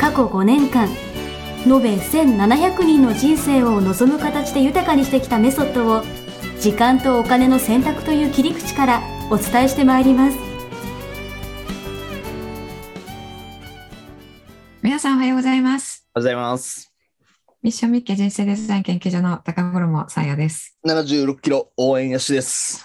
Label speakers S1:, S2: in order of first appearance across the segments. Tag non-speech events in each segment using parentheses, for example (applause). S1: 過去5年間延べ1700人の人生を望む形で豊かにしてきたメソッドを時間とお金の選択という切り口からお伝えしてまいります
S2: 皆さんおはようございます。
S3: おはようございます。
S2: ミッションミッケ人生デザイン研究所の高頃もさやです。
S3: 76キロ応援やしです。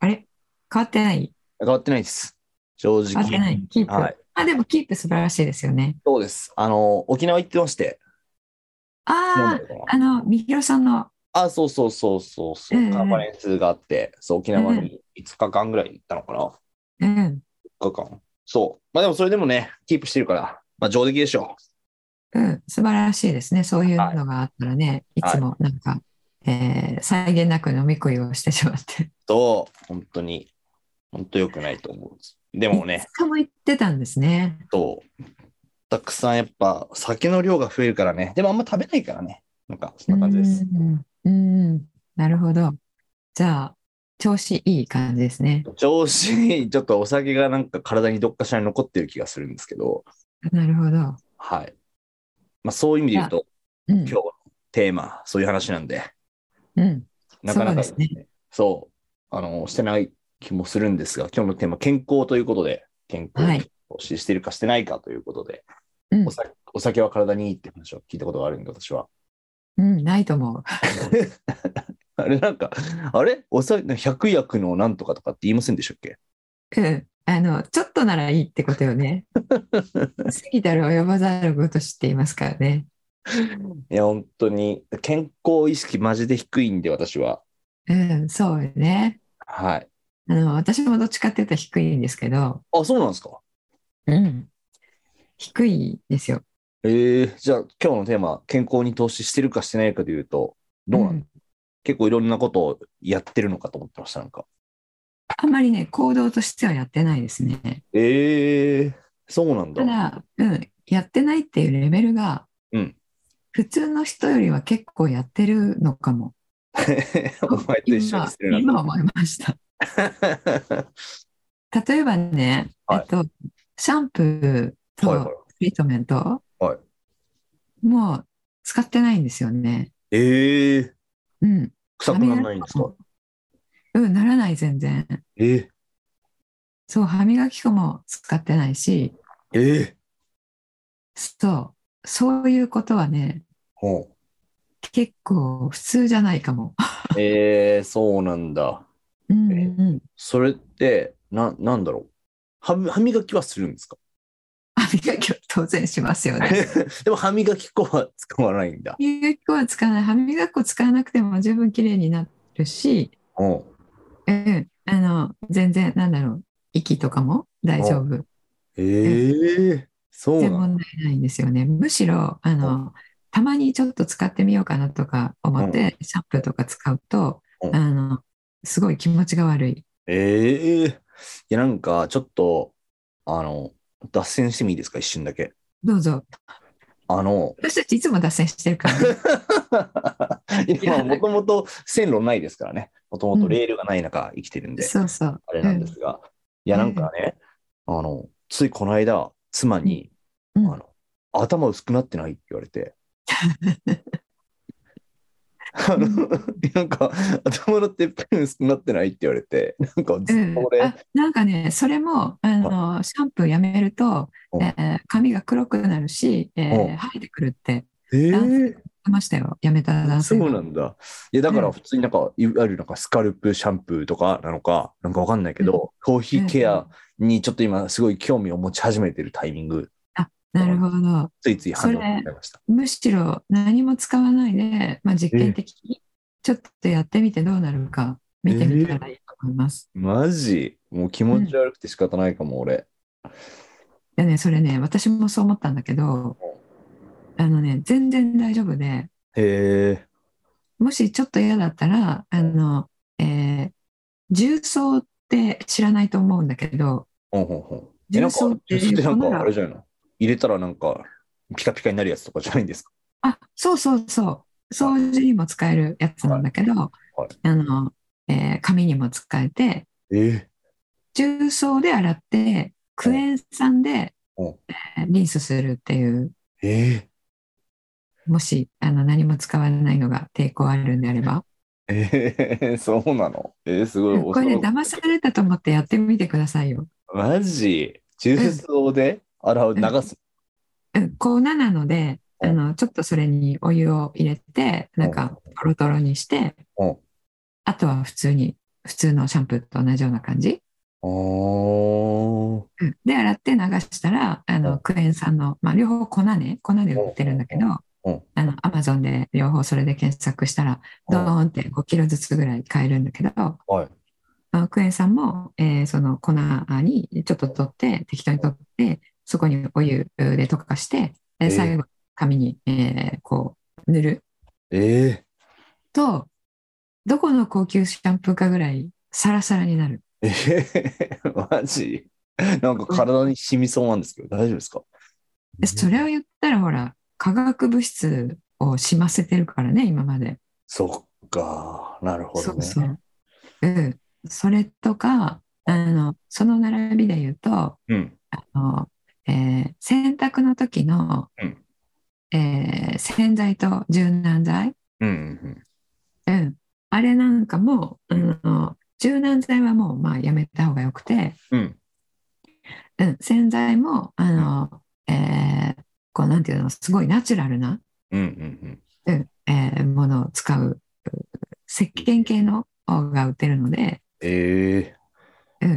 S2: あれ変わってない
S3: 変わってないです。正
S2: 変わ
S3: 直。
S2: ってないキープ、
S3: はい。
S2: あ、でもキープ素晴らしいですよね。
S3: そうです。あの、沖縄行ってまして。な
S2: あ
S3: んだ
S2: あ、
S3: ろうな
S2: あの、みひろさんの、
S3: あ、そうそうそうそうそう、
S2: うんうん
S3: カンファレンスがあって、そう、沖縄に5日間ぐらい行ったのかな。
S2: うん、
S3: 5日間。そう。まあでもそれでもね、キープしてるから、まあ上出来でしょ
S2: うん、素晴らしいですね。そういうのがあったらね、い、
S3: はい
S2: つもなんか、えー、際限なく飲み食いをしてしまって。
S3: う。と、本当に、本当良くないと思う。で
S2: で
S3: もね、
S2: も言ってたんですね。
S3: と、たくさんやっぱ酒の量が増えるからね。でもあんま食べないからね。なんか、そんな感じです。
S2: うん、うん、なるほど。じゃあ、調子いい感じですね。
S3: 調子にちょっとお酒がなんか体にどっかしらに残ってる気がするんですけど、
S2: なるほど。
S3: はい。まあそういう意味で言うと、
S2: うん
S3: 今日、のテーマ、そういう話なんで、
S2: うん、
S3: なかなか
S2: そうです
S3: そう、あの、してない気もするんですが、今日のテーマ、健康ということで、健
S2: は
S3: 康
S2: い
S3: をししてるかしてないかということで、
S2: うん
S3: お酒お酒は体にいいって話を聞いたことがあるんで、私は。 (laughs)
S2: うん、ないと思う。
S3: あれなんか、あれお酒、百薬のなんとかとかって言いませんでしたっけ
S2: うん、あのちょっとならいいってことよ
S3: (laughs)
S2: ね。過ぎたる及ばざるごとしって言いますからね。
S3: いや、本当に、健康意識マジで低いんで、私は。
S2: うん、そうよね。
S3: はい。
S2: あの私もどっちかっていうと低いんですけど、
S3: あ、そうなんですか。
S2: うん、低いですよ。
S3: ええじゃあ今日のテーマ、健康に投資してるかしてないかでいうと、どうなん、
S2: うん
S3: 結構いろんなことをやってるのかと思ってました、なんか。
S2: あんまりね行動としてはやってないですね。
S3: ええそうなんだ
S2: た。だ、うん、やってないっていうレベルが、
S3: うん
S2: 普通の人よりは結構やってるのかも。
S3: (laughs) お前と一緒にしてる
S2: 今
S3: な
S2: 今思いました。例えばね、
S3: はい
S2: えっと、シャンプーと、
S3: はいはい
S2: トリートメント、
S3: は
S2: もう使ってないんですよね。
S3: ええ
S2: うん。
S3: 臭くならないんです
S2: 歯磨
S3: か
S2: き粉もうん、ならない、全然。
S3: ええ
S2: そう、歯磨き粉も使ってないし、
S3: ええ
S2: そう、そういうことはね、
S3: ほう
S2: 結構普通じゃないかも。
S3: ええそうなんだ。
S2: うんうんうん。
S3: それって、な、なんだろう。歯み歯磨きはするんですか
S2: 歯磨きは当然しますよね。
S3: でも歯磨き粉は使わないんだ。
S2: 歯磨き粉は使わない。歯磨き粉使わなくても十分綺麗になるし、
S3: うん
S2: うん、あの、全然、なんだろう、息とかも大丈夫。
S3: ええそう
S2: 全然
S3: なんだ。
S2: 問題ないんですよね。むしろあのたまにちょっと使ってみようかなとか思って、シャンプーとか使うと、
S3: うん
S2: あのすごい気持ちが悪い。
S3: ええいや、なんか、ちょっと、あの、脱線してもいいですか、一瞬だけ。
S2: どうぞ。
S3: あの、
S2: 私たちいつも脱線してるから
S3: (laughs)
S2: ね、
S3: いや、
S2: (laughs) いや
S3: もともと線路ないですからね。もともとレールがない中生きてるんで、
S2: そうそう。
S3: あれなんですが。いや、なんかね、あの、ついこの間、妻に、
S2: うん
S3: あの、頭薄くなってないって言われ
S2: (laughs)
S3: て。あのなんか、頭のてっぺん薄くなってないって言われて、なんか、
S2: う
S3: ずっ
S2: ん
S3: と
S2: うん、あ
S3: 俺、
S2: なんかねそれもあのシャンプーやめると、
S3: うん
S2: えー髪が黒くなるし、えー
S3: うん
S2: 生えてくるって
S3: えー
S2: 言ってましたよやめた男
S3: そ
S2: 性
S3: う
S2: が
S3: なんだ。いや、だか
S2: う
S3: ら
S2: ん
S3: 普通になんか、いわゆるなんかスカルプシャンプーとかなのか、なんかわかんないけど、頭皮ケアにちょっと今すごい興味を持ち始めてるタイミング、
S2: なるほど
S3: ついつい反応しちゃいました。
S2: むしろ何も使わないで、まあ、実験的にちょっとやってみてどうなるか見てみたらいいと思います。
S3: マジもう気持ち悪くて仕方ないかも、俺。
S2: でね、それね、私もそう思ったんだけど、あのね、全然大丈夫で、
S3: へえ。
S2: もしちょっと嫌だったら、あの、えー重曹って知らないと思うんだけど、
S3: ほんほんほん。え、なんか、
S2: 重曹って
S3: 重曹ってなん
S2: 粉
S3: か
S2: が
S3: あれじゃないの入れたらなんか、ピカピカになるやつとかじゃないんですか
S2: あ、そうそうそう、掃除にも使えるやつなんだけど、
S3: はい
S2: あの、えー髪にも使えて、
S3: え
S2: 重曹で洗って、クエン酸で、
S3: うん
S2: えーリンスするっていう、
S3: ええ
S2: もしあの何も使わないのが抵抗あるんであれば、
S3: ええ (laughs) そうなのえー、すごい
S2: これね、
S3: 恐ろ
S2: 騙されたと思ってやってみてくださいよ。
S3: マジ重曹で洗う、
S2: ん
S3: 流す。
S2: うん粉なので、
S3: う
S2: あ
S3: ん
S2: のちょっとそれにお湯を入れて、なんかトロトロにして
S3: うん、
S2: あとは普通に、普通のシャンプーと同じような感じ。
S3: おー。
S2: うんで、洗って流したら、あ
S3: うん
S2: のクエン酸の、まあ、両方粉ね、粉で売ってるんだけど
S3: うん、
S2: あのアマゾンで両方それで検索したら、ドーンって5キロずつぐらい買えるんだけど、
S3: はい。
S2: あクエン酸も、えーその粉にちょっと取って適当に取ってそこにお湯で溶かして、えー
S3: えー
S2: 最後紙に、えーこう塗る
S3: ええ
S2: とどこの高級シャンプーかぐらいサラサラになる
S3: ええ (laughs) マジなんか体に染みそうなんですけど、大丈夫ですか
S2: でそれを言ったらほら化学物質を染ませてるからね今まで、
S3: そっか、なるほ
S2: そ
S3: ど
S2: う
S3: ね。
S2: そう、うん、それとかあのその並びで言うと
S3: うん。
S2: あの、えー洗濯の時の、
S3: うん
S2: えー洗剤と柔軟剤、
S3: うんうん
S2: うん、あれなんかも、あの柔軟剤はもうまあやめた方がよくて、
S3: うん。うん。
S2: うん、洗剤もあの、えーこうなんていうのすごいナチュラルな、
S3: うんうん
S2: うんえーものを使うう石鹸系のが売ってるので
S3: ええ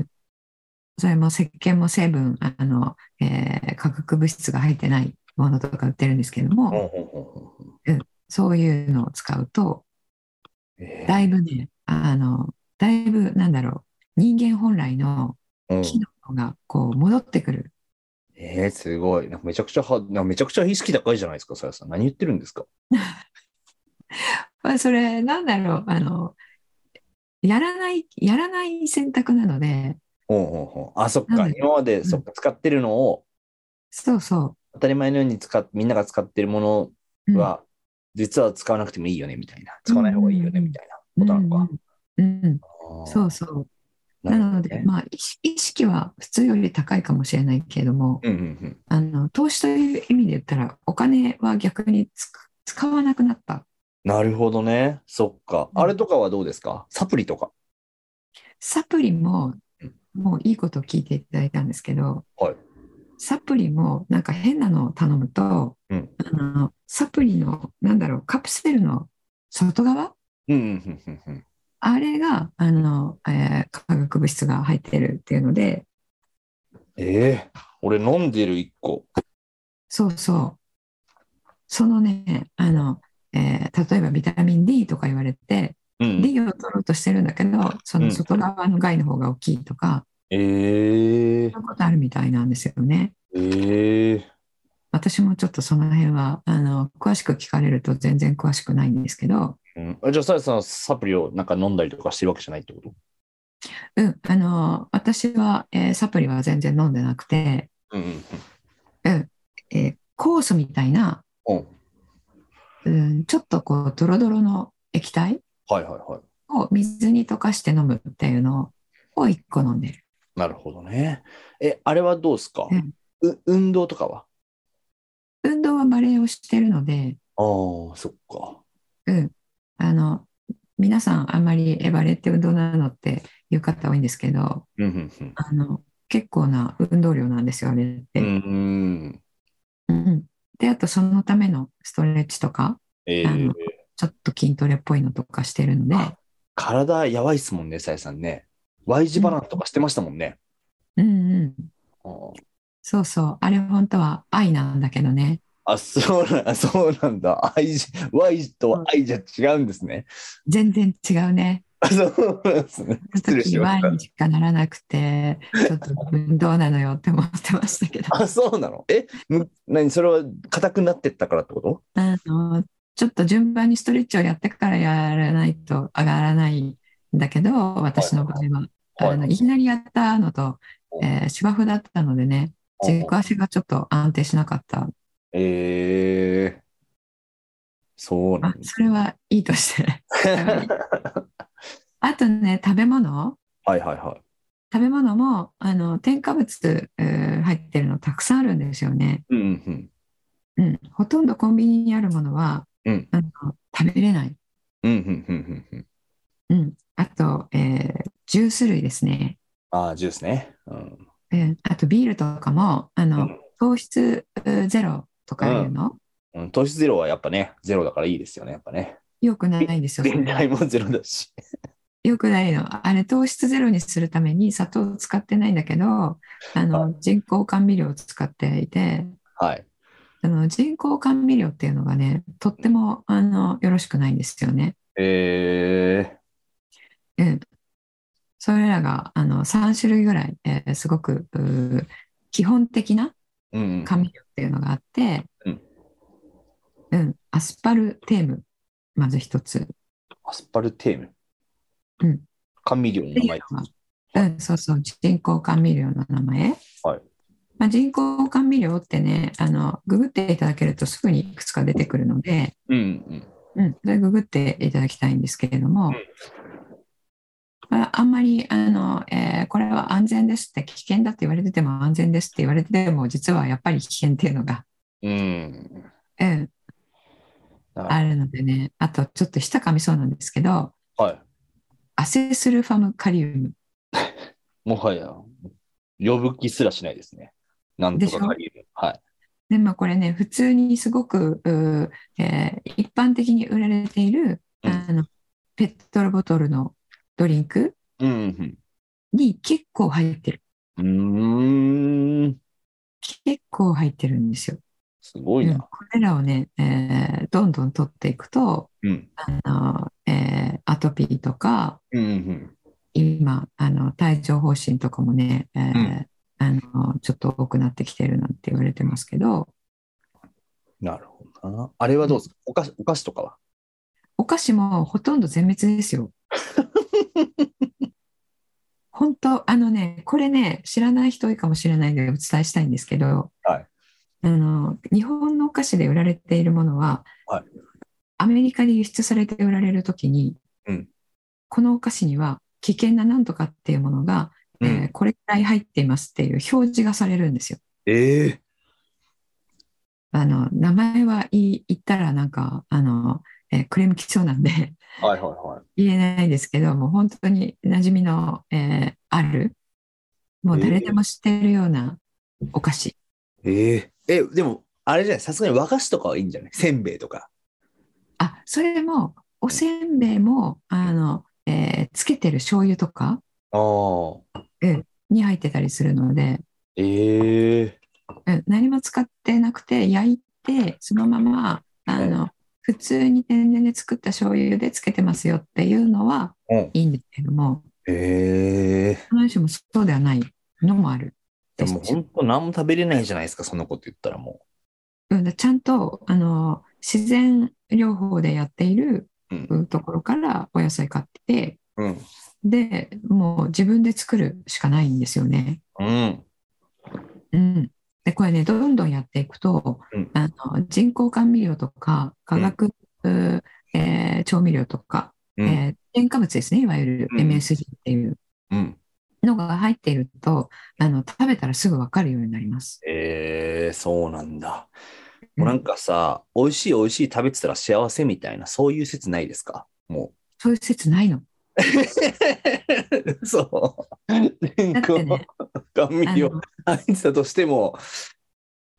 S2: それも石鹸も成分あの、えー化学物質が入ってないものとか売ってるんですけども。
S3: ほんほんほんほんほん
S2: そういうのを使うと、
S3: ええ
S2: だいぶね、あの、だいぶ、なんだろう、人間本来の
S3: うん
S2: 機能がこう戻ってくる。
S3: ええすごい。なんかめちゃくちゃは、なんかめちゃくちゃ意識高いじゃないですか、さやさん。何言ってるんですか
S2: まあ、それ、なんだろう、あの、やらない、やらない選択なので、
S3: ほんほんほんあ、そっ
S2: な
S3: か。
S2: んで
S3: 今まで、
S2: ん
S3: そっか、使ってるのを、
S2: そうそ
S3: 当たり前のように使っ、みんなが使ってる
S2: う。
S3: も
S2: うん
S3: のは、実は使わなくてもいいよね、みたいな。使わない方がいいよね、みたいな
S2: う
S3: こ
S2: ん
S3: となのか。
S2: うんうん、
S3: あー
S2: そうそう。
S3: な
S2: な
S3: るほ
S2: の
S3: ど
S2: で、
S3: ね
S2: まあ、意識意識は普通より高いかもしれないけれども、
S3: うんうん
S2: あの投資という意味で言ったら、お金は逆につく使わなくなった。
S3: うん。なるほどね。そっか。
S2: うん
S3: あれとかはどうですかサプリとか。
S2: サプリも
S3: うん、
S2: もういいこと聞いていただいたんですけど、
S3: はい
S2: サプリもなんか変なのを頼むと、
S3: うん
S2: あのサプリのなんだろうカプセルの外側
S3: うんうんうんうんうん。
S2: あれがあの、えー化学物質が入ってるっていうので
S3: ええ俺飲んでる一個。
S2: そうそうそのねあの、えー例えばビタミン D とか言われて、
S3: うん。
S2: D を取ろうとしてるんだけどその外側の害の方が大きいとか、
S3: ええ
S2: そういうことあるみたいなんですよね。
S3: ええ
S2: 私もちょっとその辺はあの詳しく聞かれると全然詳しくないんですけど、
S3: うん、あじゃあ、さやさんはサプリをなんか飲んだりとかしてるわけじゃないってこと
S2: うん、あの私は、えーサプリは全然飲んでなくて、
S3: うんうん
S2: えー酵素みたいな、
S3: うん。うん
S2: うん、ちょっとこうドロドロの液体
S3: はいはいはい。
S2: を水に溶かして飲むっていうのを1個飲んでる。
S3: なるほどね。え、あれはどうですか、
S2: うん
S3: う運動とかは
S2: 運動はバレエをしてるので、
S3: ああ、そっか。
S2: うん、あの皆さんあんまりえバレエって運動なのっていう方多いんですけど
S3: うんうんうん。
S2: あの結構な運動量なんですよあれって。
S3: うんうん。
S2: うん、であとそのためのストレッチとか
S3: ええ
S2: あのちょっと筋トレっぽいのとかしてるので、
S3: 体やばいっすもんね、さやさんね。Y 字バランスとかしてましたもんね。
S2: うんうん、
S3: うん
S2: そうそうあれ本当は愛なんだけどね
S3: あ、そうなん、そうなんだ。I 字、Y 字と I じゃ違うんですね。
S2: 全然違うね
S3: そうなんですね。
S2: そ
S3: 失
S2: の
S3: 礼
S2: 時
S3: し
S2: 毎
S3: ました
S2: 日しかならなくて、ちょっとうんどうなのよって思ってましたけど、
S3: あ、そうなのえ、む何それは硬くなってったからってこと
S2: あのちょっと順番にストレッチをやってからやらないと上がらないんだけど、私の場合は。あのいきなりやったのと、えー芝生だったのでね、軸足がちょっと安定しなかった。
S3: えー、そうな
S2: あ
S3: んです。
S2: それはいいとして。 (laughs) あとね、食べ物
S3: (laughs) はいはいはい。
S2: 食べ物もあの添加物、えー入ってるのたくさんあるんですよね。
S3: うんうん
S2: うん、ほとんどコンビニにあるものは、
S3: うん
S2: あの食べれない。
S3: うん。うんうんうんうんうん。
S2: うん、あと、えージュース類ですね。
S3: あージュースね。うん。
S2: えーあとビールとかもあの、
S3: うん
S2: 糖質えーゼロとかいうの、
S3: うん糖質ゼロはやっぱね、ゼロだからいいですよね、やっ
S2: (laughs)
S3: ぱね。
S2: よくないですよ。そ
S3: 電
S2: れ
S3: 解もゼロだし。
S2: よくないの。あれ糖質ゼロにするために砂糖を使ってないんだけど、あ
S3: は
S2: の人工甘味料を使っていて、
S3: はい。
S2: あの人工甘味料っていうのがね、とってもあのよろしくないんですよね。
S3: え
S2: うん、それらがあの3種類ぐらい、えーすごくうー基本的な
S3: ー、うんうん。
S2: 甘味料っていうのがあって、
S3: うん
S2: うんアスパルテーム、まず一つ。
S3: アスパルテーム。
S2: うん。
S3: 甘味料の名前。
S2: うん、そうそう、人工甘味料の名前。
S3: はい
S2: まあ、人工甘味料ってね、あの、ググっていただけるとすぐにいくつか出てくるので、
S3: うんう
S2: う
S3: ん。
S2: ん、それググっていただきたいんですけれども、
S3: ん
S2: まあ、あんまり、あの、えーこれは安全ですって、危険だって言われてても安全ですって言われてても、実はやっぱり危険っていうのが、
S3: うん。
S2: うん、
S3: なるほど
S2: あるのでね、あとちょっと舌噛みそうなんですけど、
S3: はい。
S2: アセスルファムカリウム。
S3: もはや、呼ぶ気すらしないですね。なんとかカリウム。はい。
S2: でまあ、これね普通にすごく、うーえー一般的に売られている
S3: うん
S2: あのペットボトルのドリンク
S3: うん
S2: に結構入ってる
S3: うんうん。うーん。
S2: 結構入ってるんですよ。
S3: すごい
S2: うん
S3: な
S2: こ。れらをね、えーどんどん取っていくと
S3: うん。
S2: あの、えーアトピーとか
S3: うんうん。
S2: 今あの帯状疱疹とかもね、えー
S3: うん
S2: あのちょっと多くなってきてるなんて言われてますけど
S3: なるほどな。あれはどうですかお菓子お菓子とかは
S2: お菓子もほとんど全滅です
S3: (laughs)
S2: よ。本当あのねこれね知らない人多いかもしれないのでお伝えしたいんですけど、
S3: はい
S2: あの日本のお菓子で売られているものは、
S3: はい
S2: アメリカで輸出されて売られる時に、
S3: うん
S2: このお菓子には危険ななんとかっていうものが、えーこれくらい入っていますっていう表示がされるんですよ。
S3: ええ
S2: あの名前は言い言ったらなんかあの、えークレームきそうなんで。
S3: はいはいはい。
S2: 言えないですけどもう本当に馴染みの、えーあるもう誰でも知ってるようなお菓子、
S3: えええ、でも、あれじゃないさすがに和菓子とかはいいんじゃないせんべいとか。
S2: あそれもおせんべいもあの、えーつけてる醤油とか
S3: ああ。
S2: に入ってたりするので、
S3: ええ
S2: うん、何も使ってなくて焼いてそのままあの、普通に天然で作った醤油でつけてますよっていうのは
S3: うん
S2: いいんですけども
S3: ええ
S2: 必ずしもそうではないのもある
S3: でも本当何も食べれないじゃないですか、そんなこと言ったらも
S2: うんちゃんとあの自然療法でやっている
S3: うん
S2: うんところからお野菜買って
S3: う。うん。
S2: でもう自分で作るしかないんですよね。
S3: うん。
S2: うん、でこれねどんどんやっていくと、
S3: うん
S2: あの人工甘味料とか化学、うえー調味料とか、
S3: うん。
S2: えー添加物ですねいわゆる
S3: うん
S2: MSG っていう
S3: うん、
S2: のが入っているとあの食べたらすぐ分かるようになります。
S3: ええそうなんだ。
S2: うん
S3: もうなんかさ、美味しい美味しい食べてたら幸せみたいな、そういう説ないですかも
S2: そういう説ないの。
S3: う。そう。
S2: だ
S3: 天
S2: って
S3: 候、
S2: ね
S3: 甘
S2: あ
S3: 味料
S2: の
S3: 愛てたとしても、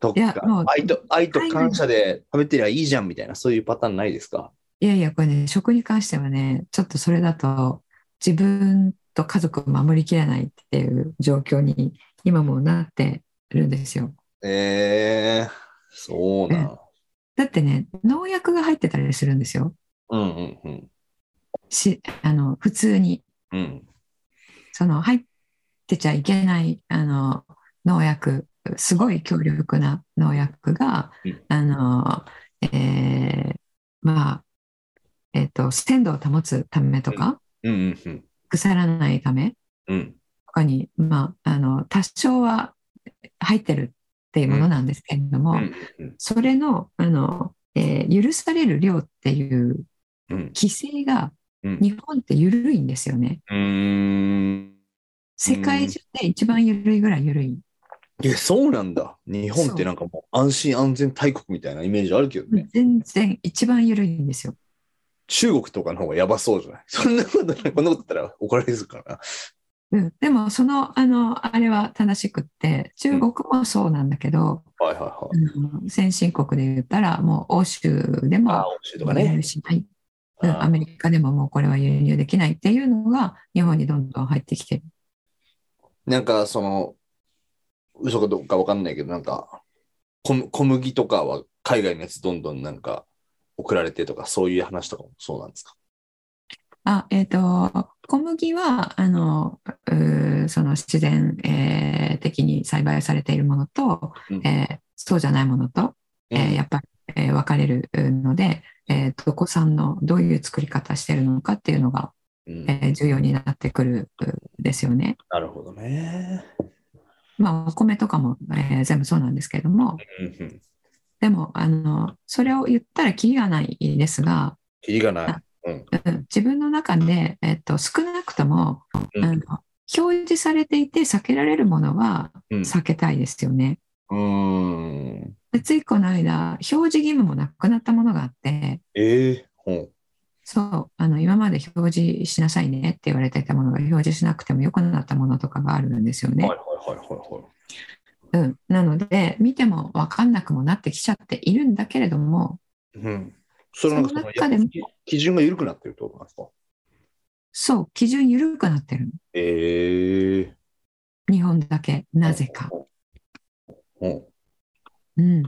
S3: と
S2: いや
S3: か
S2: もう
S3: 愛と、愛と感謝で食べてりゃいいじゃんみたいな、そういうパターンないですか
S2: いやいや、これね、食に関してはね、ちょっとそれだと自分と家族を守りきれないっていう状況に今もうなってるんですよ。
S3: ええそうなん。
S2: だってね、農薬が入ってたりするんですよ。
S3: うんうんうん。
S2: し、あの、普通に、
S3: うん。
S2: その入ってちゃいけないあの農薬すごい強力な農薬が、
S3: うん
S2: あのえーまあえっ、と鮮度を保つためとか、
S3: うんうんうん。
S2: 腐らないため
S3: うん。
S2: とかに、まあ、あの多少は入ってるっていうものなんですけれども、
S3: うんうん
S2: それのあの、えー許される量っていう
S3: うん。
S2: 規制が
S3: うん
S2: 日本って緩いんですよね。
S3: うーん。
S2: 世界中で一番緩いぐらい緩い。
S3: え、そうなんだ。日本ってなんかもう安心安全大国みたいなイメージあるけどね。
S2: 全然一番緩いんですよ。
S3: 中国とかの方がやばそうじゃない (laughs) そんなことない。こんなこと言ったら怒られるからな。
S2: うん、でもそのあのあれは正しくって中国もそうなんだけど、
S3: はいはいはい。
S2: あの先進国で言ったらもう欧州で
S3: ああ、
S2: も
S3: 欧州と
S2: 輸
S3: かね
S2: 入。しない、うん
S3: あー
S2: アメリカでももうこれは輸入できないっていうのが日本にどんどん入ってきてる。
S3: なんかその、嘘かどうかわかんないけど、なんか小む小麦とかは海外のやつどんどんなんか送られてとか、そういう話とかもそうなんですか。
S2: あえっと小麦はあのうーその自然、えー的に栽培されているものと、
S3: うん
S2: えーそうじゃないものとえーやっぱり、えー分かれるので、えーどこさんのどういう作り方してるのかっていうのが、
S3: うん
S2: えー重要になってくるうですよね。
S3: なるほどね。
S2: まあ、お米とかも、えー全部そうなんですけれども
S3: うんうん。
S2: でもあのそれを言ったらキリがないですが、
S3: キリがない。
S2: うん自分の中で、えっと少なくとも、
S3: うん
S2: あの表示されていて避けられるものは
S3: うん
S2: 避けたいですよね。
S3: うーん。
S2: でついこの間表示義務もなくなったものがあって。
S3: ええほう。
S2: そう、あの、今まで表示しなさいねって言われてたものが表示しなくてもよくなったものとかがあるんですよね。
S3: はいはいはいはいは
S2: う
S3: い。
S2: ん、なので、見ても分かんなくもなってきちゃっているんだけれども、
S3: うん。それはなんかその
S2: その中でも
S3: やっぱ基準が緩くなってるってことなんですか
S2: そう、基準緩くなってるの
S3: ええ
S2: 日本だけ、なぜか。。
S3: うん。
S2: うん。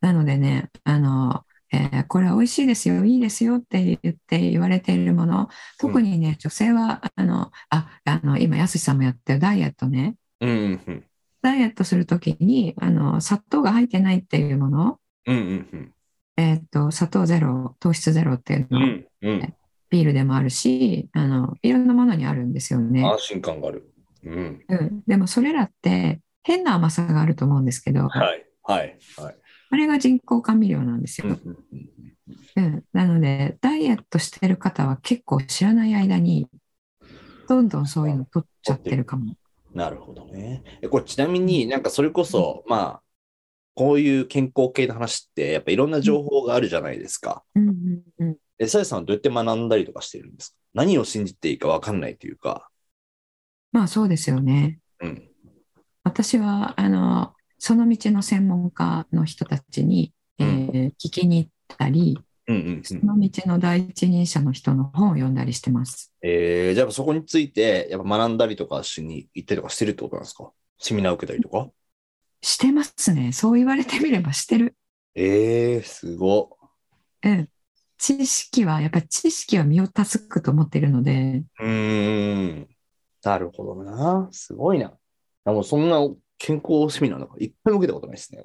S2: なのでね、あの、えーこれは美味しいですよ、いいですよって言って言われているもの、特にね、女性は、あの、あ、あの、今、やすしさんもやってるダイエットね、
S3: うんうん
S2: ダイエットするときに、あの、砂糖が入ってないっていうもの、
S3: うん。うんうん
S2: えーっと、砂糖ゼロ、糖質ゼロっていう
S3: うん。う
S2: の、
S3: んうん。
S2: ビールでもあるし、あの、いろんなものにあるんですよね。
S3: 安心感がある。うん。
S2: うん、でもそれらって変な甘さがあると思うんですけど、
S3: はいはいはい。
S2: あれが人工甘味料なんですよ。うん、なので、ダイエットしてる方は結構知らない間に、どんどんそういうの取っちゃってるかも。
S3: なるほどね。えこれちなみになんかそれこそ、まあ、こういう健康系の話って、やっぱいろんな情報があるじゃないですか。
S2: うんうんうん、
S3: え、さやさんはどうやって学んだりとかしてるんですか何を信じていいか分かんないというか。
S2: まあそうですよね。
S3: うん。
S2: 私は、あの、その道の専門家の人たちに、えー聞きに行ったり、
S3: うんうんう
S2: そ
S3: ん。
S2: の道の第一人者の人の本を読んだりしてます。
S3: えー、じゃあそこについて、やっぱ学んだりとかしに行ったりとかしてるってことなんですかセミナー受けたりとか
S2: してますね。そう言われてみればしてる。
S3: えー、すご。
S2: うん。知識は、やっぱり知識は身を助くと思っているので、
S3: うーん。なるほどな。すごいな。あもうそんな健康セミナーなんか一回も受けたことないですね。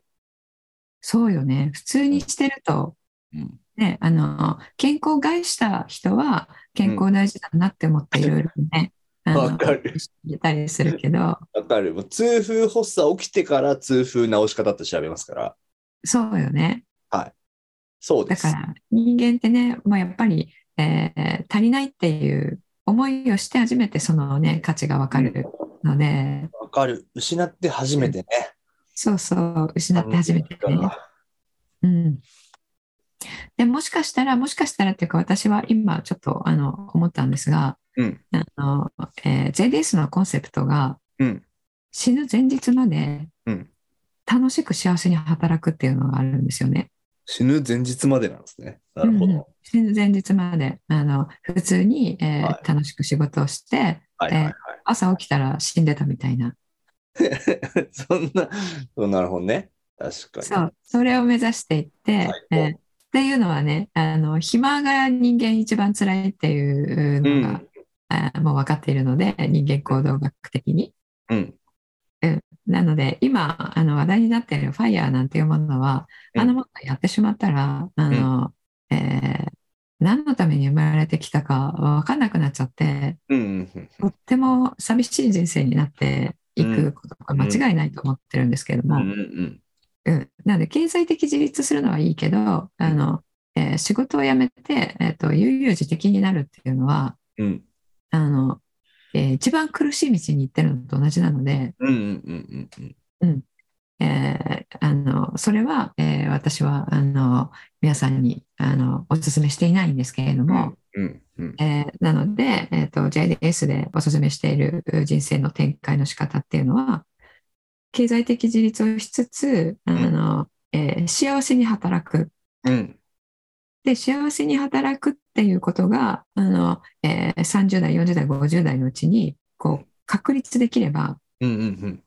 S2: そうよね。普通にしてると、
S3: うん。
S2: ね、あの、健康を害した人は健康大事だなって思っていろいろね、あ
S3: わ
S2: の、
S3: かる。
S2: 言ったりするけど、
S3: わかる。もう痛風発作起きてから痛風治し方って調べますから。
S2: そうよね。
S3: そうで
S2: だ
S3: す。
S2: から人間ってね、まあ、やっぱり、えー足りないっていう思いをして初めてそのね、価値がわかるので、
S3: わかる。失って初めてね。
S2: そうそう、失って初めて
S3: だか
S2: ね。
S3: ら
S2: うん。でもしかしたら、もしかしたらっていうか、私は今ちょっとあの思ったんですが、
S3: うん
S2: あのえー JDS のコンセプトが、
S3: うん
S2: 死ぬ前日まで
S3: うん
S2: 楽しく幸せに働くっていうのがあるんですよね。
S3: 死ぬ前日までなんですね。なるほ
S2: うん
S3: ど。
S2: 死ぬ前日まであの普通に、えー
S3: は
S2: 楽しく仕事をして、
S3: はいはいは
S2: 朝起きたら死んでたみたいな。
S3: (laughs) い。そんな、そうなるほどね。確かに。
S2: そう、それを目指していって、
S3: 最高
S2: えーっていうのはね、あの、暇が人間一番辛いっていう
S3: う
S2: のが、
S3: ん。
S2: あーもう分かっているので、人間行動学的に。
S3: うん。
S2: なので、今、あの、話題になっているファイヤーなんていうものは、
S3: うん
S2: あのものをやってしまったら、あの、えー何のために生まれてきたか分かんなくなっちゃって、
S3: うん。うん
S2: とっても寂しい人生になっていくことが間違いないと思ってるんですけど
S3: う
S2: も、
S3: ん。うん。
S2: うん、なので経済的自立するのはいいけどあの、えー仕事を辞めて、えー、と悠々自適になるっていうのは
S3: うん。
S2: あの、えー一番苦しい道に行ってるのと同じなので、
S3: うん。うん。うん。
S2: えーあのそれは、えー私はあの皆さんにあのお勧めしていないんですけれども、
S3: うん。うん。
S2: えーなので、えー、と JDS でお勧めしている人生の展開の仕方っていうのは経済的自立をしつつあの、えー幸せに働く
S3: うん。
S2: で、幸せに働くっていうことが、あの、えー30代、40代、50代のうちに、こう、確立できれば、
S3: うん。うん。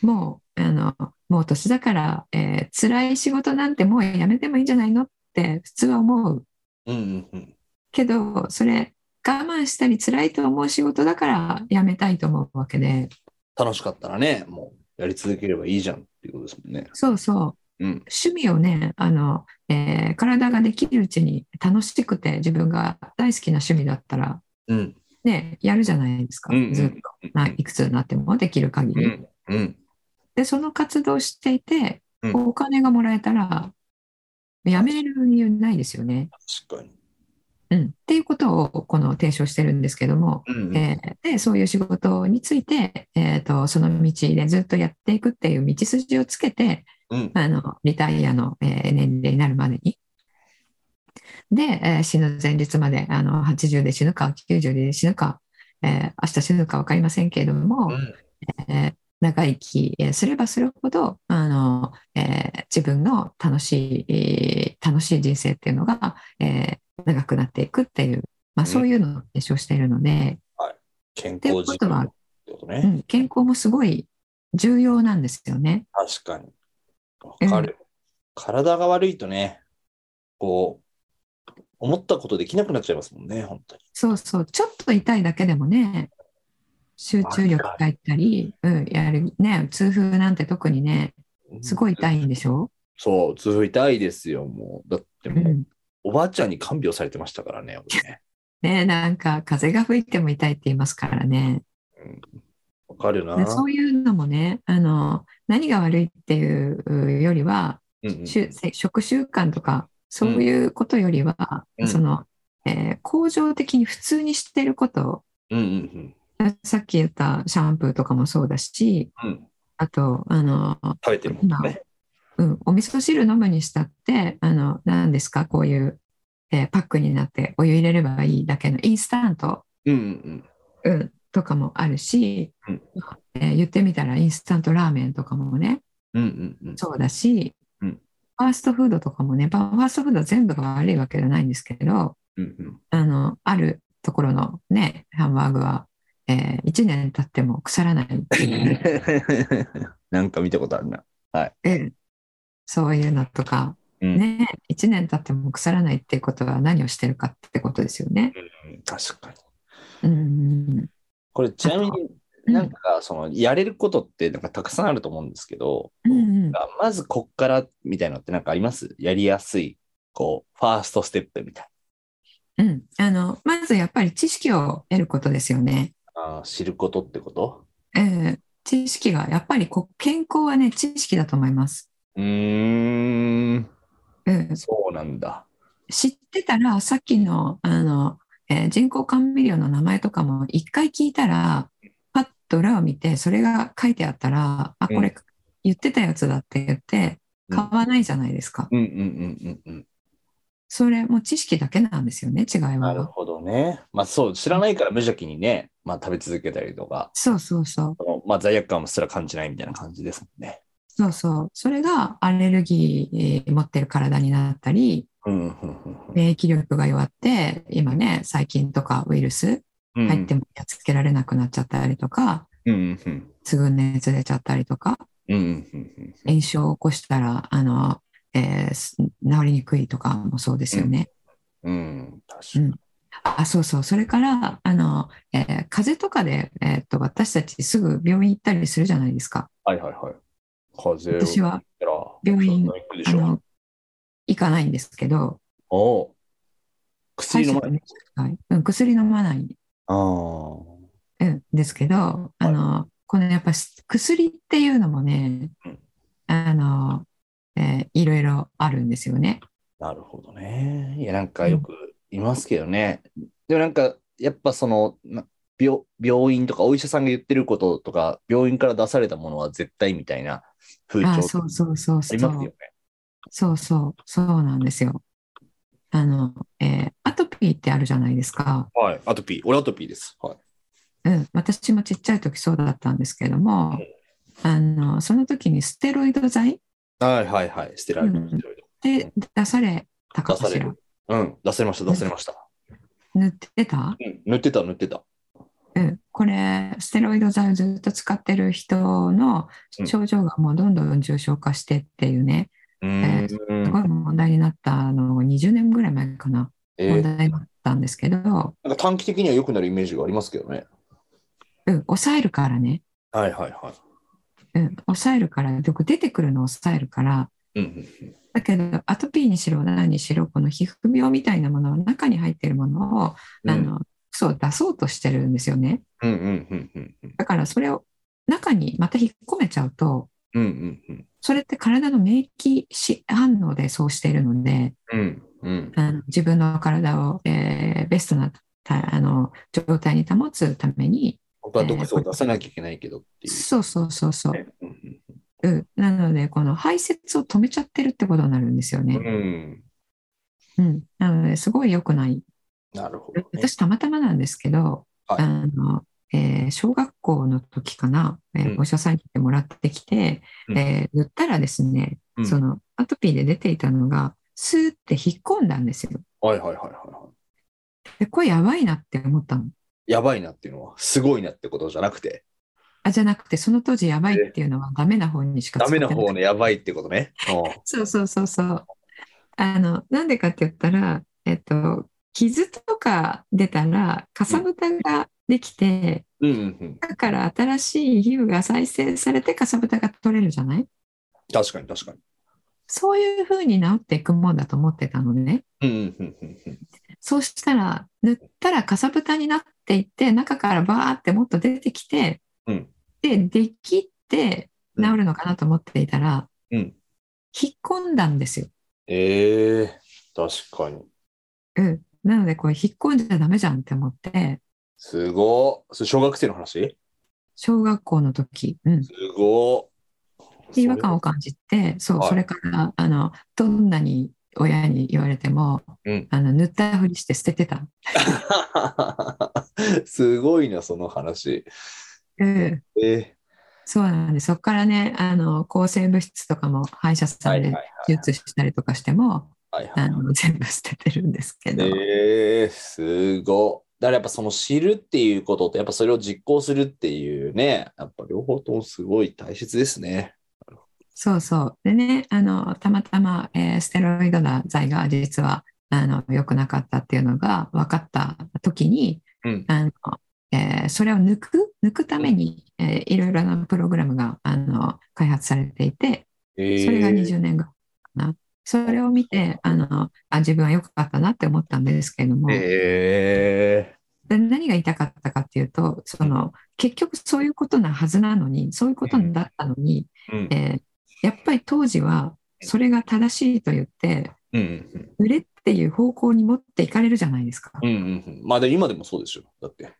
S2: もう、あの、もう年だから、えー辛い仕事なんてもうやめてもいいんじゃないのって普通は思う
S3: うん。うん。
S2: けど、それ、我慢したり辛いと思う仕事だからやめたいと思うわけで、
S3: 楽しかったらね、もうやり続ければいいじゃんっていうことですもんね。
S2: そうそう、
S3: うん。
S2: 趣味をね、あの、えー体ができるうちに楽しくて自分が大好きな趣味だったら、
S3: うん。
S2: ね、やるじゃないですか
S3: うんうん、
S2: ずっと。まあ、いくつになってもできる限り、
S3: うん。うん。
S2: でその活動をしていて、
S3: うん
S2: お金がもらえたらやめる理由ないですよね、
S3: 確かに。
S2: うん。っていうことをこの提唱してるんですけども、
S3: うん。
S2: えーでそういう仕事について、えー、とその道でずっとやっていくっていう道筋をつけて
S3: うん。
S2: あのリタイアの、えー年齢になるまでに。で、えー死ぬ前日まであの80で死ぬか90で死ぬか、えー明日死ぬか分かりませんけれども、
S3: うん。
S2: えー長生きえーすればするほどあの、えー自分の楽しい、えー楽しい人生っていうのが、えー長くなっていくっていう、まあ、そういうのを提唱しているので、
S3: 健康
S2: ってこ
S3: 事
S2: とは
S3: ってこと
S2: う
S3: ね。
S2: ん、健康もすごい重要なんですよね。
S3: 確かに。わかる。体が悪いとね、こう、思ったことできなくなっちゃいますもんね、本当に。
S2: そうそうちょっと痛いだけでもね集中力が入ったり、うん、やるね痛風なんて特にねすごい痛
S3: い。
S2: いんでしょ、
S3: そう、痛風痛いですよ、もう。だって
S2: う
S3: もう、
S2: ん
S3: おばあちゃんに看病されてましたからね、俺ね。
S2: ね、なんか風が吹いても痛いって言いますからね。
S3: わかるな。
S2: でそういうのもねあの何が悪いっていうよりは、
S3: うんうん
S2: しゅせ食習慣とかそういうことよりは、
S3: うん
S2: そのえー恒常的に普通にしてること
S3: うんうん
S2: さっき言ったシャンプーとかもそうだし
S3: うん。うん
S2: あとあの、
S3: 食べてるもんね。
S2: うん、お味噌汁飲むにしたってあの何ですかこういう、えーパックになってお湯入れればいいだけのインスタント、
S3: うんうん
S2: うん、とかもあるし、
S3: うん
S2: えー言ってみたらインスタントラーメンとかもね
S3: うん。うんうんうん。
S2: そうだし、
S3: うん
S2: ファーストフードとかもね、まあファーストフード全部が悪いわけじゃないんですけど、
S3: うんうん。
S2: あの、あるところのね、ハンバーグは、え1年経っても腐らないっていう
S3: (laughs) なんか見たことあるな。
S2: うんそういうのとか、
S3: うん
S2: ね、1年経っても腐らないっていうことは何をしてるかってことですよね。
S3: うん確かに。
S2: うん。
S3: これ、ちなみに
S2: うん
S3: なんか、その、やれることって、なんかたくさんあると思うんですけど、
S2: うんうん
S3: がまずこっからみたいなのってなんかありますやりやすい、こう、ファーストステップみたい
S2: うん、あのまずやっぱり知識を得ることですよね。
S3: な。あー知ることってこと
S2: えー知識がやっぱりこう健康はね知識だと思います。
S3: うーん、
S2: うん、
S3: そうなんだ。
S2: 知ってたらさっきのあの、えー人工甘味料の名前とかも一回聞いたらパッと裏を見てそれが書いてあったらあ
S3: うん
S2: これ言ってたやつだって言って
S3: うん
S2: 買わないじゃないですか、
S3: うんうんうんうんうん。
S2: それも知識だけなんですよね違い
S3: なる
S2: は
S3: ほどね。まあそう、知らないから無邪気にね、まあ食べ続けたりとか、
S2: そうそうそう
S3: そのまあ罪悪感もすら感じないみたいな感じですもんね。
S2: そうそうそれがアレルギーえー持ってる体になったり
S3: うんうんうん
S2: 免疫力が弱って今ね細菌とかウイルス
S3: うん。
S2: 入ってもやっつけられなくなっちゃったりとか
S3: うんうんうん
S2: すぐ熱出ちゃったりとか
S3: うんうんうんうん
S2: 炎症を起こしたらあの、えーす治りにくいとかもそうですよね。
S3: うん。確かに。
S2: あ、そうそう。それから、あの、えー風邪とかで、えーっと、私たちすぐ病院行ったりするじゃないですか。
S3: はいはいはい。風邪を
S2: 私は
S3: たら、
S2: 病院
S3: そんな行くで
S2: あ
S3: しょ。
S2: の、行かないんですけど、
S3: おう薬飲まない。
S2: はいうん、薬飲まない
S3: ああ。
S2: うんですけど、あの、このやっぱし薬っていうのもね
S3: うん、
S2: あの、えーいろいろあるんですよね。
S3: なるほどね。いや、なんかよくいますけどね。でもなんか、やっぱその、な病病院とかお医者さんが言ってることとか、病院から出されたものは絶対みたいな風潮
S2: あ、そうそうそう
S3: あ
S2: そ
S3: りますよ
S2: う
S3: ね。。
S2: そうそう、そうなんですよ。あの、えーアトピーってあるじゃないですか。
S3: はい。アトピー。俺アトピーです。はい。
S2: うん、私もちっちゃい時そうだったんですけども、あの、その時にステロイド剤っ
S3: はいはいはい。捨てられる。
S2: て出されたか
S3: 出さ
S2: し
S3: れ
S2: ら
S3: る。。うん。出されました、出されました。
S2: 塗ってた
S3: うん。塗ってた、塗ってた。
S2: うん、これステロイド剤をずっと使ってる人の症状がもうどんどん重症化してっていうね、
S3: う
S2: え
S3: ーん。
S2: すごい問題になったのを20年ぐらい前かな
S3: え
S2: 問
S3: ー
S2: 題になったんですけど、
S3: なんか短期的には良くなるイメージがありますけどね。
S2: うん、抑えるからね、
S3: はいはいは
S2: う
S3: い。
S2: ん、抑えるからよく出てくるのを抑えるから
S3: うんうん
S2: だけどアトピーにしろ何にしろこの皮膚病みたいなものの中に入ってるものを、
S3: うん。
S2: あのそう出そうとしてるんですよね
S3: うんうんうんうんうん。
S2: だからそれを中にまた引っ込めちゃうと
S3: うんうんうん。
S2: それって体の免疫し反応でそうしているので、
S3: うんうん。
S2: あの自分の体を、えーベストなたあの状態に保つために、
S3: 本当は毒素を出さなきゃいけないけどっていう。
S2: そうそうそうそう、
S3: ねうん
S2: うんなので、この排泄を止めちゃってるってことになるんですよ
S3: う
S2: ね。
S3: ん。
S2: うん、なので、すごい良くない。
S3: なるほど、ね。
S2: 私、たまたまなんですけど、
S3: はい
S2: あのえー小学校の時かな、えー
S3: うん
S2: お医者さんに行ってもらってきて、
S3: うん
S2: えー塗ったらですね、
S3: うん
S2: そのアトピーで出ていたのが、スーって引っ込んだんですよ。
S3: はいはいはいはいは
S2: で、これやばいなって思ったの。
S3: い。やばいなっていうのは、すごいなってことじゃなくて、
S2: あ、じゃなくて、その当時やばいっていうのはダメな方にしか
S3: ダメな
S2: 使って
S3: 方
S2: い
S3: のやばいってことね。う
S2: そうそうそうそう。あの、なんでかって言ったら、えっと、傷とか出たら、かさぶたができて、
S3: んうんうん。
S2: だから新しい皮膚が再生されてかさぶたが取れるじゃない
S3: 確かに確かに。
S2: そういう風に治っていくもんだと思ってたのね。
S3: うんうんうんうん
S2: そうしたら、塗ったらかさぶたになっていって、中からバーってもっと出てきて、
S3: うん
S2: で、できって治るのかなと思っていたら、
S3: うん
S2: 引っ込んだんですよ。
S3: ええ確かに。
S2: うん。なので、これ引っ込んじゃダメじゃんって思って、
S3: すごっ。それ小学生の話
S2: 小学校の時、うん。
S3: すごっ。
S2: で違和感を感じて、そう、
S3: はい
S2: それから、あの、どんなに親に言われても、
S3: うん
S2: あの塗ったふりして捨ててた。
S3: (laughs) すごいな、その話。
S2: うん。
S3: え
S2: そうなんで、そこからね、あの、抗生物質とかも歯医者
S3: ー、
S2: さんで手術したりとかしても、
S3: はいはい
S2: あの全部捨ててるんですけど、
S3: えー、すごい。だからやっぱその知るっていうことと、やっぱそれを実行するっていうね、やっぱ両方ともすごい大切ですね。
S2: そうそうでねあのたまたま、えーステロイド剤が実はあの良くなかったっていうのが分かった時に
S3: うん。
S2: あの、えーそれを抜く抜くために、えーいろいろなプログラムがあの開発されていて
S3: そ
S2: それが20年後かな、それを見てあのあ自分は良かったなって思ったんですけれども、
S3: え
S2: で何が言いたかったかっていうとその結局そういうことなはずなのにそういうことだったのに、
S3: ー、うん。
S2: えーやっぱり当時はそれが正しいと言って
S3: うんうん
S2: 売れっていう方向に持っていかれるじゃないですか
S3: うん。うんうんうん。まあでも今でもそうですよ。だって。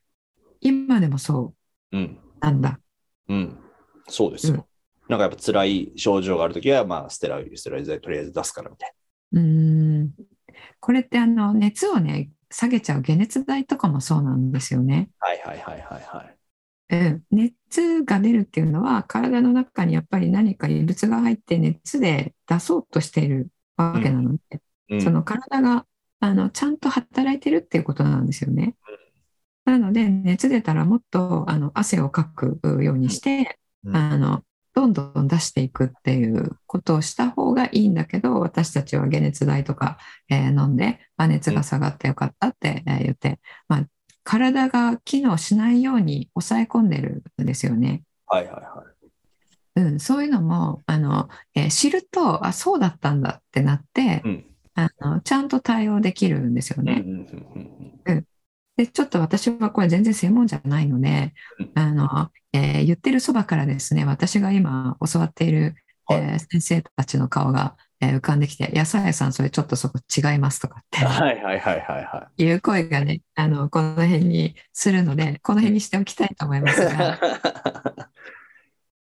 S2: 今でもそ
S3: うん。
S2: うなんだ
S3: うん。そうですよ。
S2: うん
S3: なんかやっぱ辛い症状があるときは、まあステロイド、ステロイド剤とりあえず出すからみたいう
S2: ーんこれってあの熱をね下げちゃう解熱剤とかもそうなんですよね、
S3: な。はいはいはいはいはい。
S2: うん、熱が出るっていうのは体の中にやっぱり何か異物が入って熱で出そうとしているわけなので、
S3: うん、
S2: その体があのちゃんと働いてるっていうことなんですよね。なので熱出たらもっとあの汗をかくようにして、
S3: うん
S2: あのどんどん出していくっていうことをした方がいいんだけど、私たちは解熱剤とか、えー飲んで、まあ、熱が下がってよかったってえー言って、まあ、体が機能しないように抑え込んでるんですよね。
S3: はいはいはい。
S2: うん、そういうのもあの、えー知るとあそうだったんだってなって
S3: うん。
S2: あのちゃんと対応できるんですよ
S3: うんう
S2: ね。
S3: んうん
S2: でちょっと私はこれ全然専門じゃないので
S3: うん
S2: あの、えー言ってるそばからですね私が今教わっている、えー先生たちの顔が、えー浮かんできて「野菜さんそれちょっとそこ違います」とか
S3: うん。
S2: っ
S3: はいはいはいはいは
S2: ていう声がねあのこの辺にするのでこの辺にしておきたいと思います
S3: (laughs)
S2: が。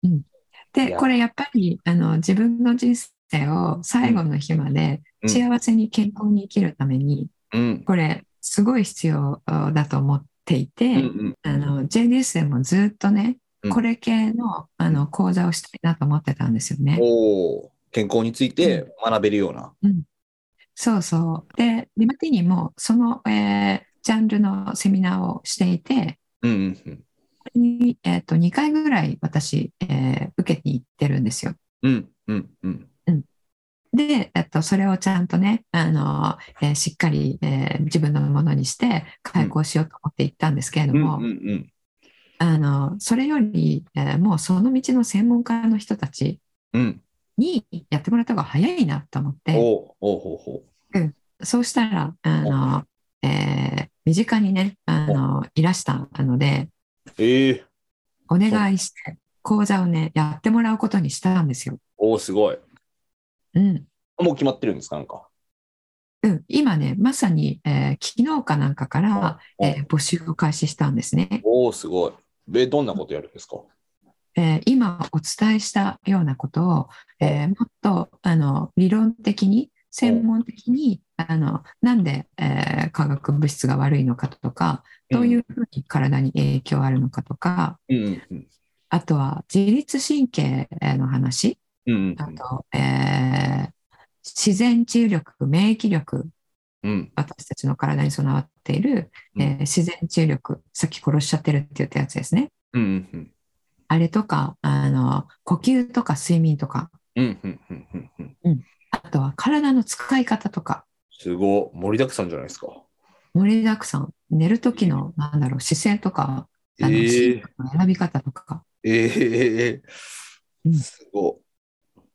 S3: い。い
S2: で
S3: や
S2: これやっぱりあの自分の人生を最後の日まで
S3: うん
S2: 幸せに健康に生きるために
S3: うん。
S2: これすごい必要だと思っていて、
S3: うんうん
S2: あの JDS でもずっとね
S3: うん
S2: これ系のあの講座をしたいなと思ってたんですよね。
S3: おー健康について学べるような。
S2: そうそうでリマティにもその、えージャンルのセミナーをしていて
S3: うんうんうん。
S2: これに、えー、と2回ぐらい私、えー受けに行ってるんですよ。
S3: うんうんうん。
S2: で、えっと、それをちゃんとね、あの、えーしっかり、えー自分のものにして開講しようと思って行ったんですけれど
S3: うん
S2: も、
S3: うんうん。
S2: あの、それより、えーもうその道の専門家の人たち
S3: うん。
S2: にやってもらった方が早いなと思って、
S3: おーおーほうほ
S2: そうしたら、あの、えー身近にね、あの、いらしたので、
S3: う。ええー。
S2: お願いして講座をね、やってもらうことにしたんですよ。
S3: おおすごい。
S2: うん。
S3: もう決まってるんですかなんか。
S2: うん、今ね、まさに、えー昨日かなんかから、
S3: うん
S2: えー募集を開始したんですね、
S3: おおすごい。え、どんなことやるんですか
S2: えー今お伝えしたようなことを、えーもっとあの理論的に、専門的に、あのなんで、えー化学物質が悪いのかとか、どういうふうに体に影響あるのかとか、
S3: うんうん
S2: あとは自律神経の話、
S3: うんうん
S2: あと、えー自然治癒力、免疫力
S3: うんうん
S2: 私たちの体に備わっている、
S3: うん
S2: えー自然治癒力さっき殺しちゃってるって言ったやつですね
S3: うんうん
S2: あれとかあの呼吸とか睡眠とか
S3: うんうんうんうんうん
S2: あとは体の使い方とか
S3: すごい。盛りだくさんじゃないですか。
S2: 盛りだくさん寝る時のなんだろう姿勢とかあの
S3: え
S2: 寝
S3: ー
S2: 具の選び方とか、
S3: ええ
S2: うん
S3: すご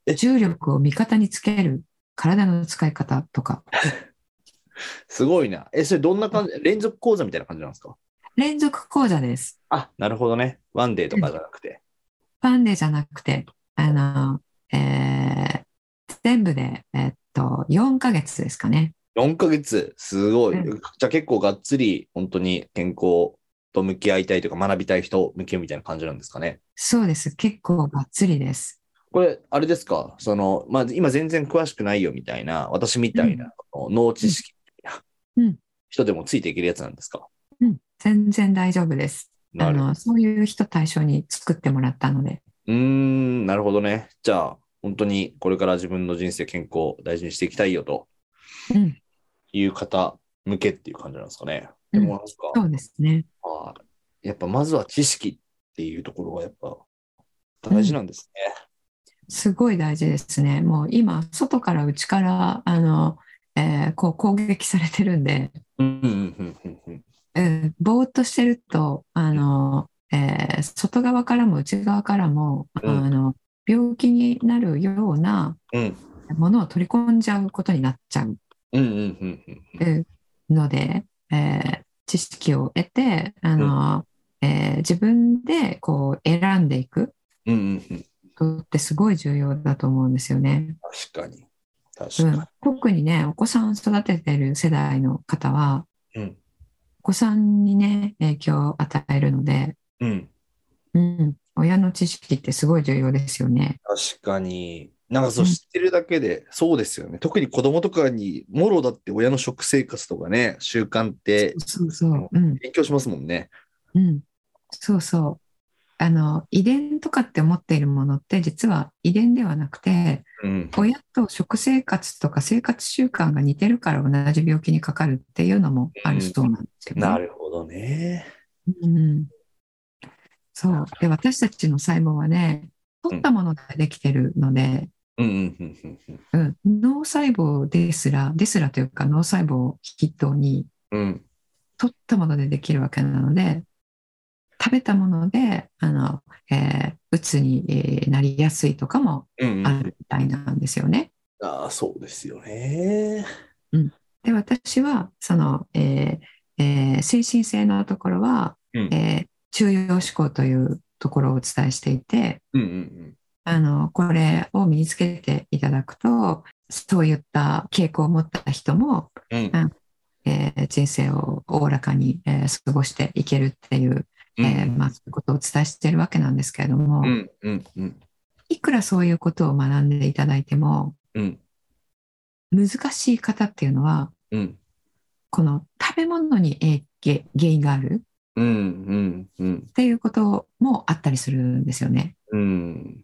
S3: え
S2: 重力を味方につける体の使い方とか
S3: い。すごいな。え、それどんな感じ連続講座みたいな感じなんですか
S2: 連続講座です。
S3: あ、なるほどね。ワンデーとかじゃなくて。
S2: ファンデじゃなくてあの、えー全部で、えっと4ヶ月ですかね。
S3: 4ヶ月。すごい。
S2: う
S3: じゃあ結構がっつり、本当に健康と向き合いたいというか、学びたい人向けみたいな感じなんですかね。
S2: そうです。結構がっつりです。
S3: これ、あれですかその、まあ、今全然詳しくないよみたいな、私みたいな、脳知識みたい
S2: うんう
S3: なん人でもついていけるやつなんですか、
S2: うん、全然大丈夫です。
S3: な
S2: あ
S3: る
S2: のそういう人対象に作ってもらったので、
S3: うーん、なるほどね。じゃあ、本当にこれから自分の人生、健康を大事にしていきたいよと
S2: うん、
S3: いう方向けっていう感じなんですかね。
S2: う
S3: で
S2: ん
S3: もなんか、
S2: そうですね。
S3: まあやっぱまずは知識っていうところがやっぱ大事なんですね。
S2: すごい大事ですね。もう今外から内からあの、えーこう攻撃されてるんで、
S3: うん、うん、うん、うん。
S2: うん、ぼーっとしてるとあの、えー外側からも内側からも、
S3: うん
S2: あの病気になるような
S3: うん、
S2: ものを取り込んじゃうことになっちゃう
S3: うん、うん、うんうんうん。
S2: ので、えー知識を得てあの、えー自分でこう選んでいく
S3: うん、うんうん。
S2: ことってすごい重要だと思うんですよね。
S3: 確かに。確
S2: う
S3: かに
S2: ん。、特にねお子さんを育ててる世代の方は
S3: うん、
S2: お子さんにね影響を与えるので、
S3: うん。
S2: うん、親の知識ってすごい重要ですよね。
S3: 確かに。なんかそう
S2: うん
S3: 知ってるだけで、そうですよね。特に子供とかに、もろだって親の食生活とかね、習慣って
S2: そうそう、うん
S3: 勉強しますもんね。
S2: うん、そうそうあの遺伝とかって思っているものって実は遺伝ではなくて
S3: うん。
S2: 親と食生活とか生活習慣が似てるから同じ病気にかかるっていうのもあるそうなんですよね。
S3: なるほどね。
S2: うん、そうで私たちの細胞はね取ったものでできてるので、
S3: うんうんうんうんうん
S2: うん、脳細胞ですらですらというか脳細胞を筆頭に
S3: うん。
S2: 取ったものでできるわけなので食べたものであの、えー、うつにえーなりやすいとかも
S3: うんうん。
S2: あるみたいなんですよね。
S3: ああ、そうですよね。
S2: で私はその、えーえー精神性のところは、
S3: うん
S2: えー中庸思考というところをお伝えしていて
S3: うんうん
S2: あのこれを身につけていただくとそういった傾向を持った人も
S3: うん。うん
S2: えー人生をおおらかに、えー過ごしていけるっていう、
S3: うん
S2: えーまあ、そういうことをお伝えしているわけなんですけれども、
S3: うんうんうん
S2: いくらそういうことを学んでいただいても
S3: うん
S2: 難しい方っていうのは
S3: うん
S2: この食べ物に影響原因がある
S3: うんうんうん
S2: っていうこともあったりするんですよね。
S3: うん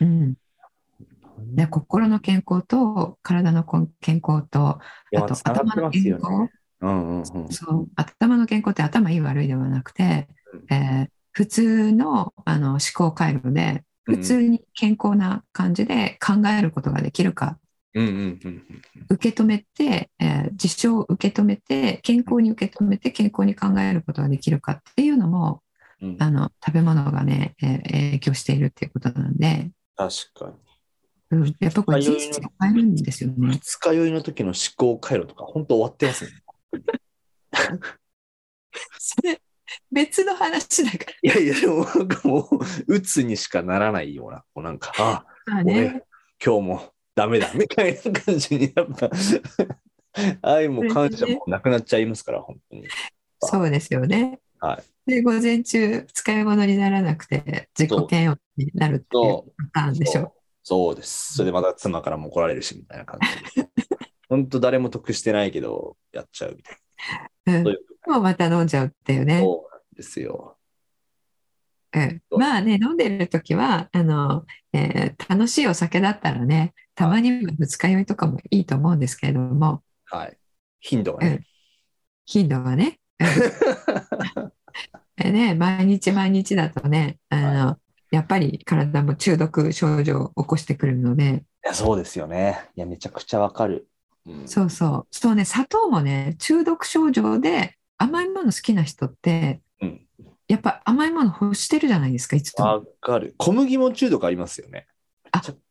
S2: うん、で心の健康と体のこん健康と
S3: い
S2: あ
S3: や
S2: と
S3: 繋が
S2: 頭の
S3: ってま
S2: 健
S3: すよ
S2: 康
S3: ね。うんうんうん
S2: そう頭の健康って頭いい悪いではなくて、えー普通のあの思考回路で普通に健康な感じで考えることができるか、
S3: うんうんうん
S2: 受け止めて、えー事象を受け止めて健康に受け止めて健康に考えることができるかっていうのも
S3: うんうん
S2: あの食べ物がね、えー影響しているっていうことなんで、
S3: 確かに。
S2: うん、やっぱこれ人生を変えるんですよね。
S3: 二日酔いの時の思考回路とか、本当終わってますね。
S2: それ別の話だか
S3: いやいや、でもなんかもう、鬱にしかならないような、こうなんか、ああ、
S2: ら
S3: 俺
S2: ね。、
S3: 今日もダメだ、みたいな感じに、やっぱ、 (laughs) 愛も感謝もなくなっちゃいますから、本当に。
S2: そうですよね。
S3: は
S2: で午前中使い物にならなくて自己嫌悪になるっていう
S3: そう
S2: パターンでしょ。
S3: そうです。それでまた妻からも怒られるし、みたいな感
S2: (laughs)
S3: じで。本当誰も得してないけど、やっちゃうみたい
S2: うん
S3: そういう
S2: もうまた飲んじゃうっていう
S3: な。
S2: ね。
S3: そうなんですよ。
S2: うん
S3: そう
S2: まあね飲んでる時はあの、えー楽しいお酒だったらねたまには二日酔いとかもいいと思うんですけれども
S3: はい。頻度がね。
S2: 頻度は
S3: (laughs)
S2: ねでね毎日毎日だとねあの、やっぱり体も中毒症状を起こしてくるので
S3: いやそうですよね。いや、めちゃくちゃわかる。うん
S2: そうそうそうね砂糖もね中毒症状で甘いもの好きな人って、
S3: うん
S2: やっぱ甘いもの欲してるじゃないですかいつも
S3: わかる。小麦も中毒ありますよね。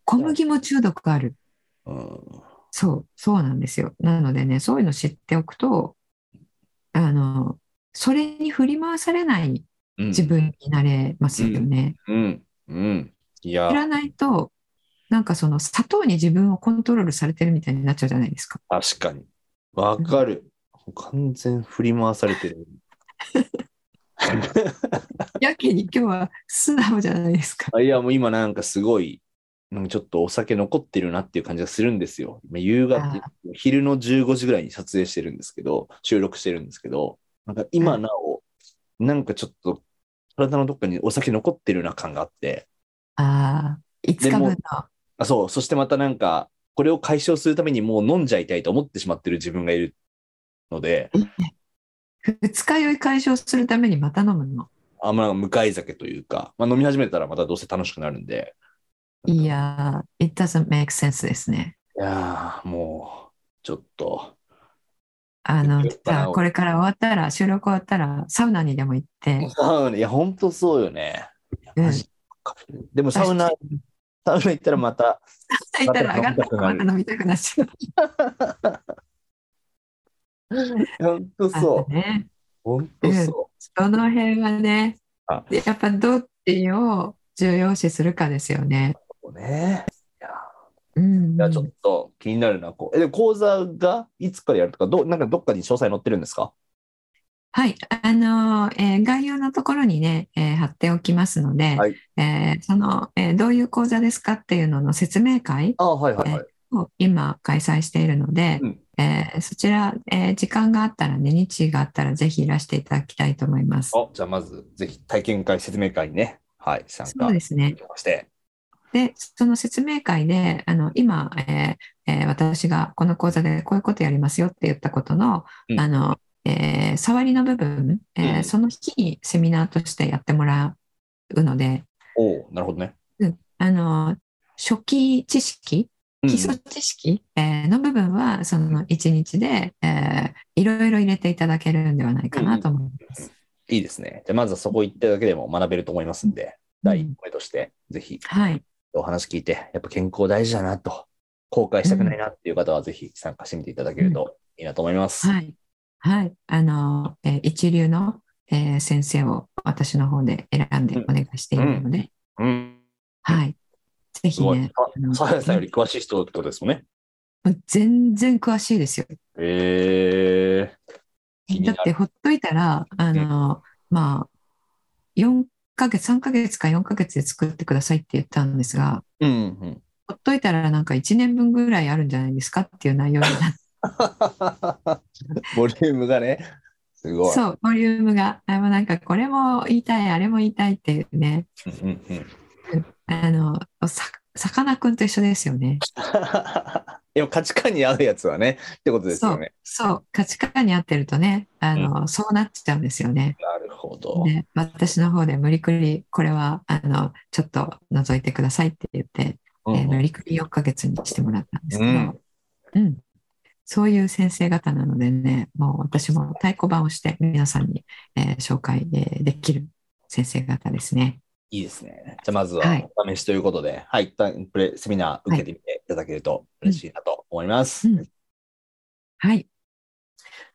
S2: 小麦も中毒ある
S3: うん。
S2: そう、そうなんですよ。なのでね、そういうの知っておくと、あの、それに振り回されない
S3: うん
S2: 自分になれますよね。
S3: うん。うん。いや
S2: 知、らないと、なんかその砂糖に自分をコントロールされてるみたいになっちゃうじゃないですか。
S3: 確かに。わかる。完全振り回され
S2: (laughs)
S3: てる。
S2: やけに今日は素直じゃないですか。
S3: あいや、もう今なんかすごい、なんかちょっとお酒残ってるなっていう感じがするんですよ。今夕方、昼の15時ぐらいに撮影してるんですけど、収録してるんですけど、なんか今なお、なんかちょっと体のどっかにお酒残ってるな感があって、
S2: ああ、5日分の
S3: で。あ、そう、そしてまたなんか、これを解消するためにもう飲んじゃいたいと思ってしまってる自分がいるので、
S2: 二日酔い解消するためにまた飲むの。
S3: あんま向かい酒というか、まあ、飲み始めたらまたどうせ楽しくなるんで、
S2: いやー、it doesn't make sense ですね。
S3: いやーもう、ちょっと、
S2: あの、
S3: 酔
S2: じ
S3: っ払おう
S2: ゃあこれから終わったら、収録終わったら、サウナにでも行って、
S3: サウナ、いや、ほんとそうよね。いや
S2: うん
S3: マジかでもサウナ、サウナ行ったらまた、
S2: いたら上がったらまた飲みたくなっちゃう。
S3: ほんとそう、
S2: ね。
S3: ほんとそ
S2: その辺はね
S3: あ、
S2: でやっぱどっちを重要視するかですよね。
S3: う。ね。
S2: うん
S3: いや、ちょっと気になるな、こう。え、でも講座がいつからやるとか、どうなんかどっかに詳細載ってるんですか
S2: はい、あのーえー概要のところにね、えー貼っておきますので、
S3: はい
S2: えーその、えーどういう講座ですかっていうのの説明会
S3: あはいはいはい。
S2: を今開催しているので、
S3: うん
S2: えーそちら、えー時間があったらね、日時があったらぜひいらしていただきたいと思います。
S3: あじゃあまず、ぜひ体験会、説明会にね、はい、参
S2: そう
S3: 加
S2: ですね。
S3: して。
S2: で、その説明会で、あの、今、えーえー私がこの講座でこういうことやりますよって言ったことの、
S3: うん
S2: あの、えー触りの部分、えー
S3: うん
S2: その日にセミナーとしてやってもらうので、
S3: おおなるほどね。
S2: うんあの、初期知識、
S3: うん
S2: 基礎知識、えーの部分は、その1日で、えーいろいろ入れていただけるんではないかなと思います。
S3: いいですね。じゃあまずはそこ行っただけでも学べると思いますんで、
S2: う
S3: 第一
S2: ん
S3: 声として、ぜひ
S2: はい。
S3: お話聞いて、やっぱ健康大事だなと、後悔したくないなっていう方は、ぜひ参加してみていただけるといいなと思います。
S2: はい。はい。あの、えー一流の、えー先生を私の方で選んでお願いしているので、
S3: うん。
S2: はい。ぜ
S3: す
S2: ひ
S3: ごい
S2: ね、。あの
S3: さやさんより詳しい人ってことですもんね。
S2: もう全然詳しいですよ。
S3: え気に
S2: だ
S3: なる
S2: ってほっといたら、あの、まあ、4ヶ月、3ヶ月か4ヶ月で作ってくださいって言ったんですが、
S3: ー。うん、うん。
S2: ほっといたらなんか1年分ぐらいあるんじゃないですかっていう内容に
S3: (laughs)
S2: なって、
S3: (laughs) ボリュームがね、すごい。
S2: そう、ボリュームが、あもうなんかこれも言いたい、あれも言いたいっていうね、
S3: うんうんうん (laughs)
S2: あの、さ、さかなクンと一緒ですよね。
S3: でも価値観に合うやつはね、ってことですよね。
S2: そう、そう価値観に合ってるとね、あの、そうなっちゃうんですよね。
S3: なるほど。
S2: で私の方で無理くり、これは、あの、ちょっと覗いてくださいって言って、
S3: うん
S2: えー無理くり4ヶ月にしてもらったんですけど、
S3: う
S2: うんんそういう先生方なのでね、もう私も太鼓判をして皆さんに、えー紹介でできる先生方ですね。
S3: いいですね。じゃあまず
S2: は
S3: はいお試しということで、はい、一旦プレセミナー受けてみていただけると嬉しいなと思います。
S2: うんはい。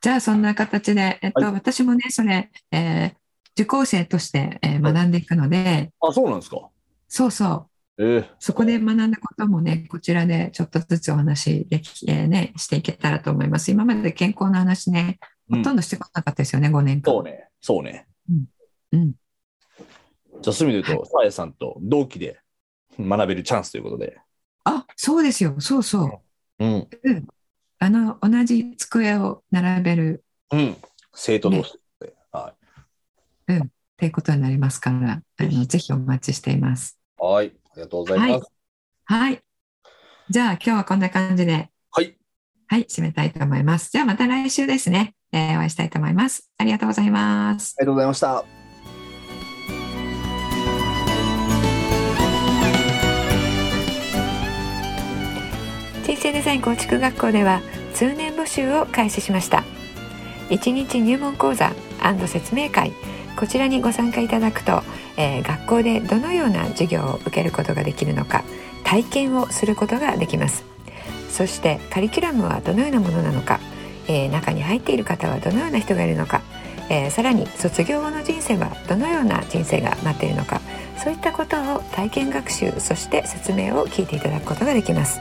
S2: じゃあそんな形で、えっと、
S3: は
S2: 私もね、それ、えー受講生として、えー学んでいくので、
S3: あ、そうなんですか。
S2: そうそう、
S3: えー、
S2: そこで学んだこともね、こちらでちょっとずつお話でき、えーね、していけたらと思います。今まで健康の話ね、
S3: う
S2: ほとん
S3: ん、
S2: どしてこなかったですよね、5年間。
S3: そうね、そうね。
S2: うん
S3: じゃあ、そういう意味で言うと、さやさんと同期で学べるチャンスということで。
S2: あ、そうですよ。そうそう。
S3: うん。
S2: あの、同じ机を並べる
S3: うん。生徒同士で、は
S2: っていうことになりますから、あの、ぜひお待ちしています。
S3: い。はい。ありがとうございます。
S2: はいはい。じゃあ、今日はこんな感じで、
S3: はい。
S2: はい、締めたいと思います。じゃあ、また来週ですね、えーお会いしたいと思います。ありがとうございます。
S3: ありがとうございました。
S2: 人生デザイン構築学校では通年募集を開始しました1日入門講座説明会こちらにご参加いただくと、えー学校でどのような授業を受けることができるのか体験をすることができますそしてカリキュラムはどのようなものなのか、えー中に入っている方はどのような人がいるのか、えーさらに卒業後の人生はどのような人生が待っているのかそういったことを体験学習そして説明を聞いていただくことができます